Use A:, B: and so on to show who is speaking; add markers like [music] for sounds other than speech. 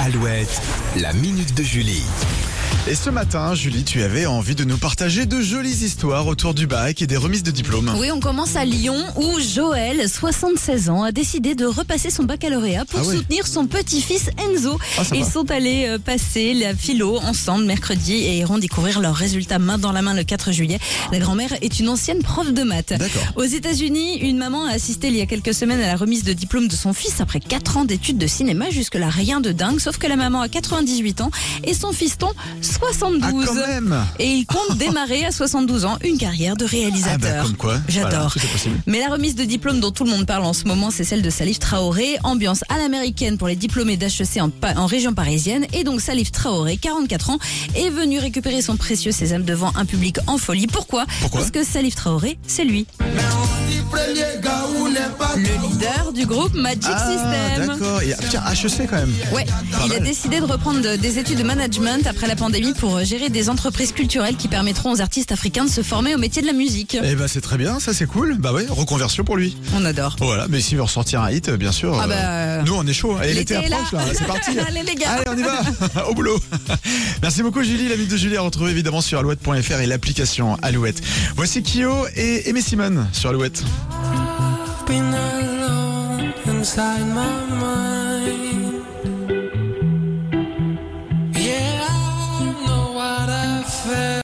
A: Alouette, la minute de Julie.
B: Et ce matin, Julie, tu avais envie de nous partager de jolies histoires autour du bac et des remises de diplômes.
C: Oui, on commence à Lyon où Joël, 76 ans, a décidé de repasser son baccalauréat pour
B: Ah oui.
C: soutenir son petit-fils Enzo.
B: Ah, sympa.
C: Ils sont allés euh, passer la philo ensemble mercredi et iront découvrir leurs résultats main dans la main le 4 juillet. La grand-mère est une ancienne prof de maths.
B: D'accord.
C: Aux États-Unis, une maman a assisté il y a quelques semaines à la remise de diplôme de son fils après 4 ans d'études de cinéma. Jusque-là, rien de dingue, sauf que la maman a 98 ans et son fiston 72.
B: Ah, quand même
C: Et
B: [laughs]
C: il compte démarrer à 72 ans une carrière de
B: Ah,
C: réalisateur.
B: bah, comme quoi. Voilà,
C: J'adore.
B: tout est possible.
C: Mais la remise de diplôme dont tout le monde parle en ce moment, c'est celle de Salif Traoré, ambiance à l'américaine pour les diplômés d'HEC en, pa- en région parisienne. Et donc Salif Traoré, 44 ans, est venu récupérer son précieux sésame devant un public en folie. Pourquoi,
B: Pourquoi
C: Parce que Salif Traoré, c'est lui. Le leader du groupe Magic
B: Ah,
C: System.
B: d'accord. Et- Tiens, HEC quand même.
C: Ouais,
B: Pas
C: il a
B: mal.
C: décidé de reprendre de- des études de management après la pandémie pour euh, gérer des entreprises culturelles qui permettront aux artistes africains de se former au métier de la musique.
B: Eh ben, c'est très bien, ça c'est cool. Bah ouais, reconversion pour lui.
C: On adore.
B: Voilà, mais s'il veut ressortir un hit, euh, bien sûr.
C: Ah
B: euh,
C: bah, euh,
B: Nous, on est chaud. Allez, l'été
C: l'été est là.
B: approche, là. C'est parti.
C: [laughs] Allez, les gars.
B: Allez, on y va. [laughs] Au boulot. Merci beaucoup, Julie. L'ami de Julie à retrouver évidemment sur alouette.fr et l'application Alouette. Voici Kyo et Aimé Simon sur Alouette.
D: been alone inside my mind.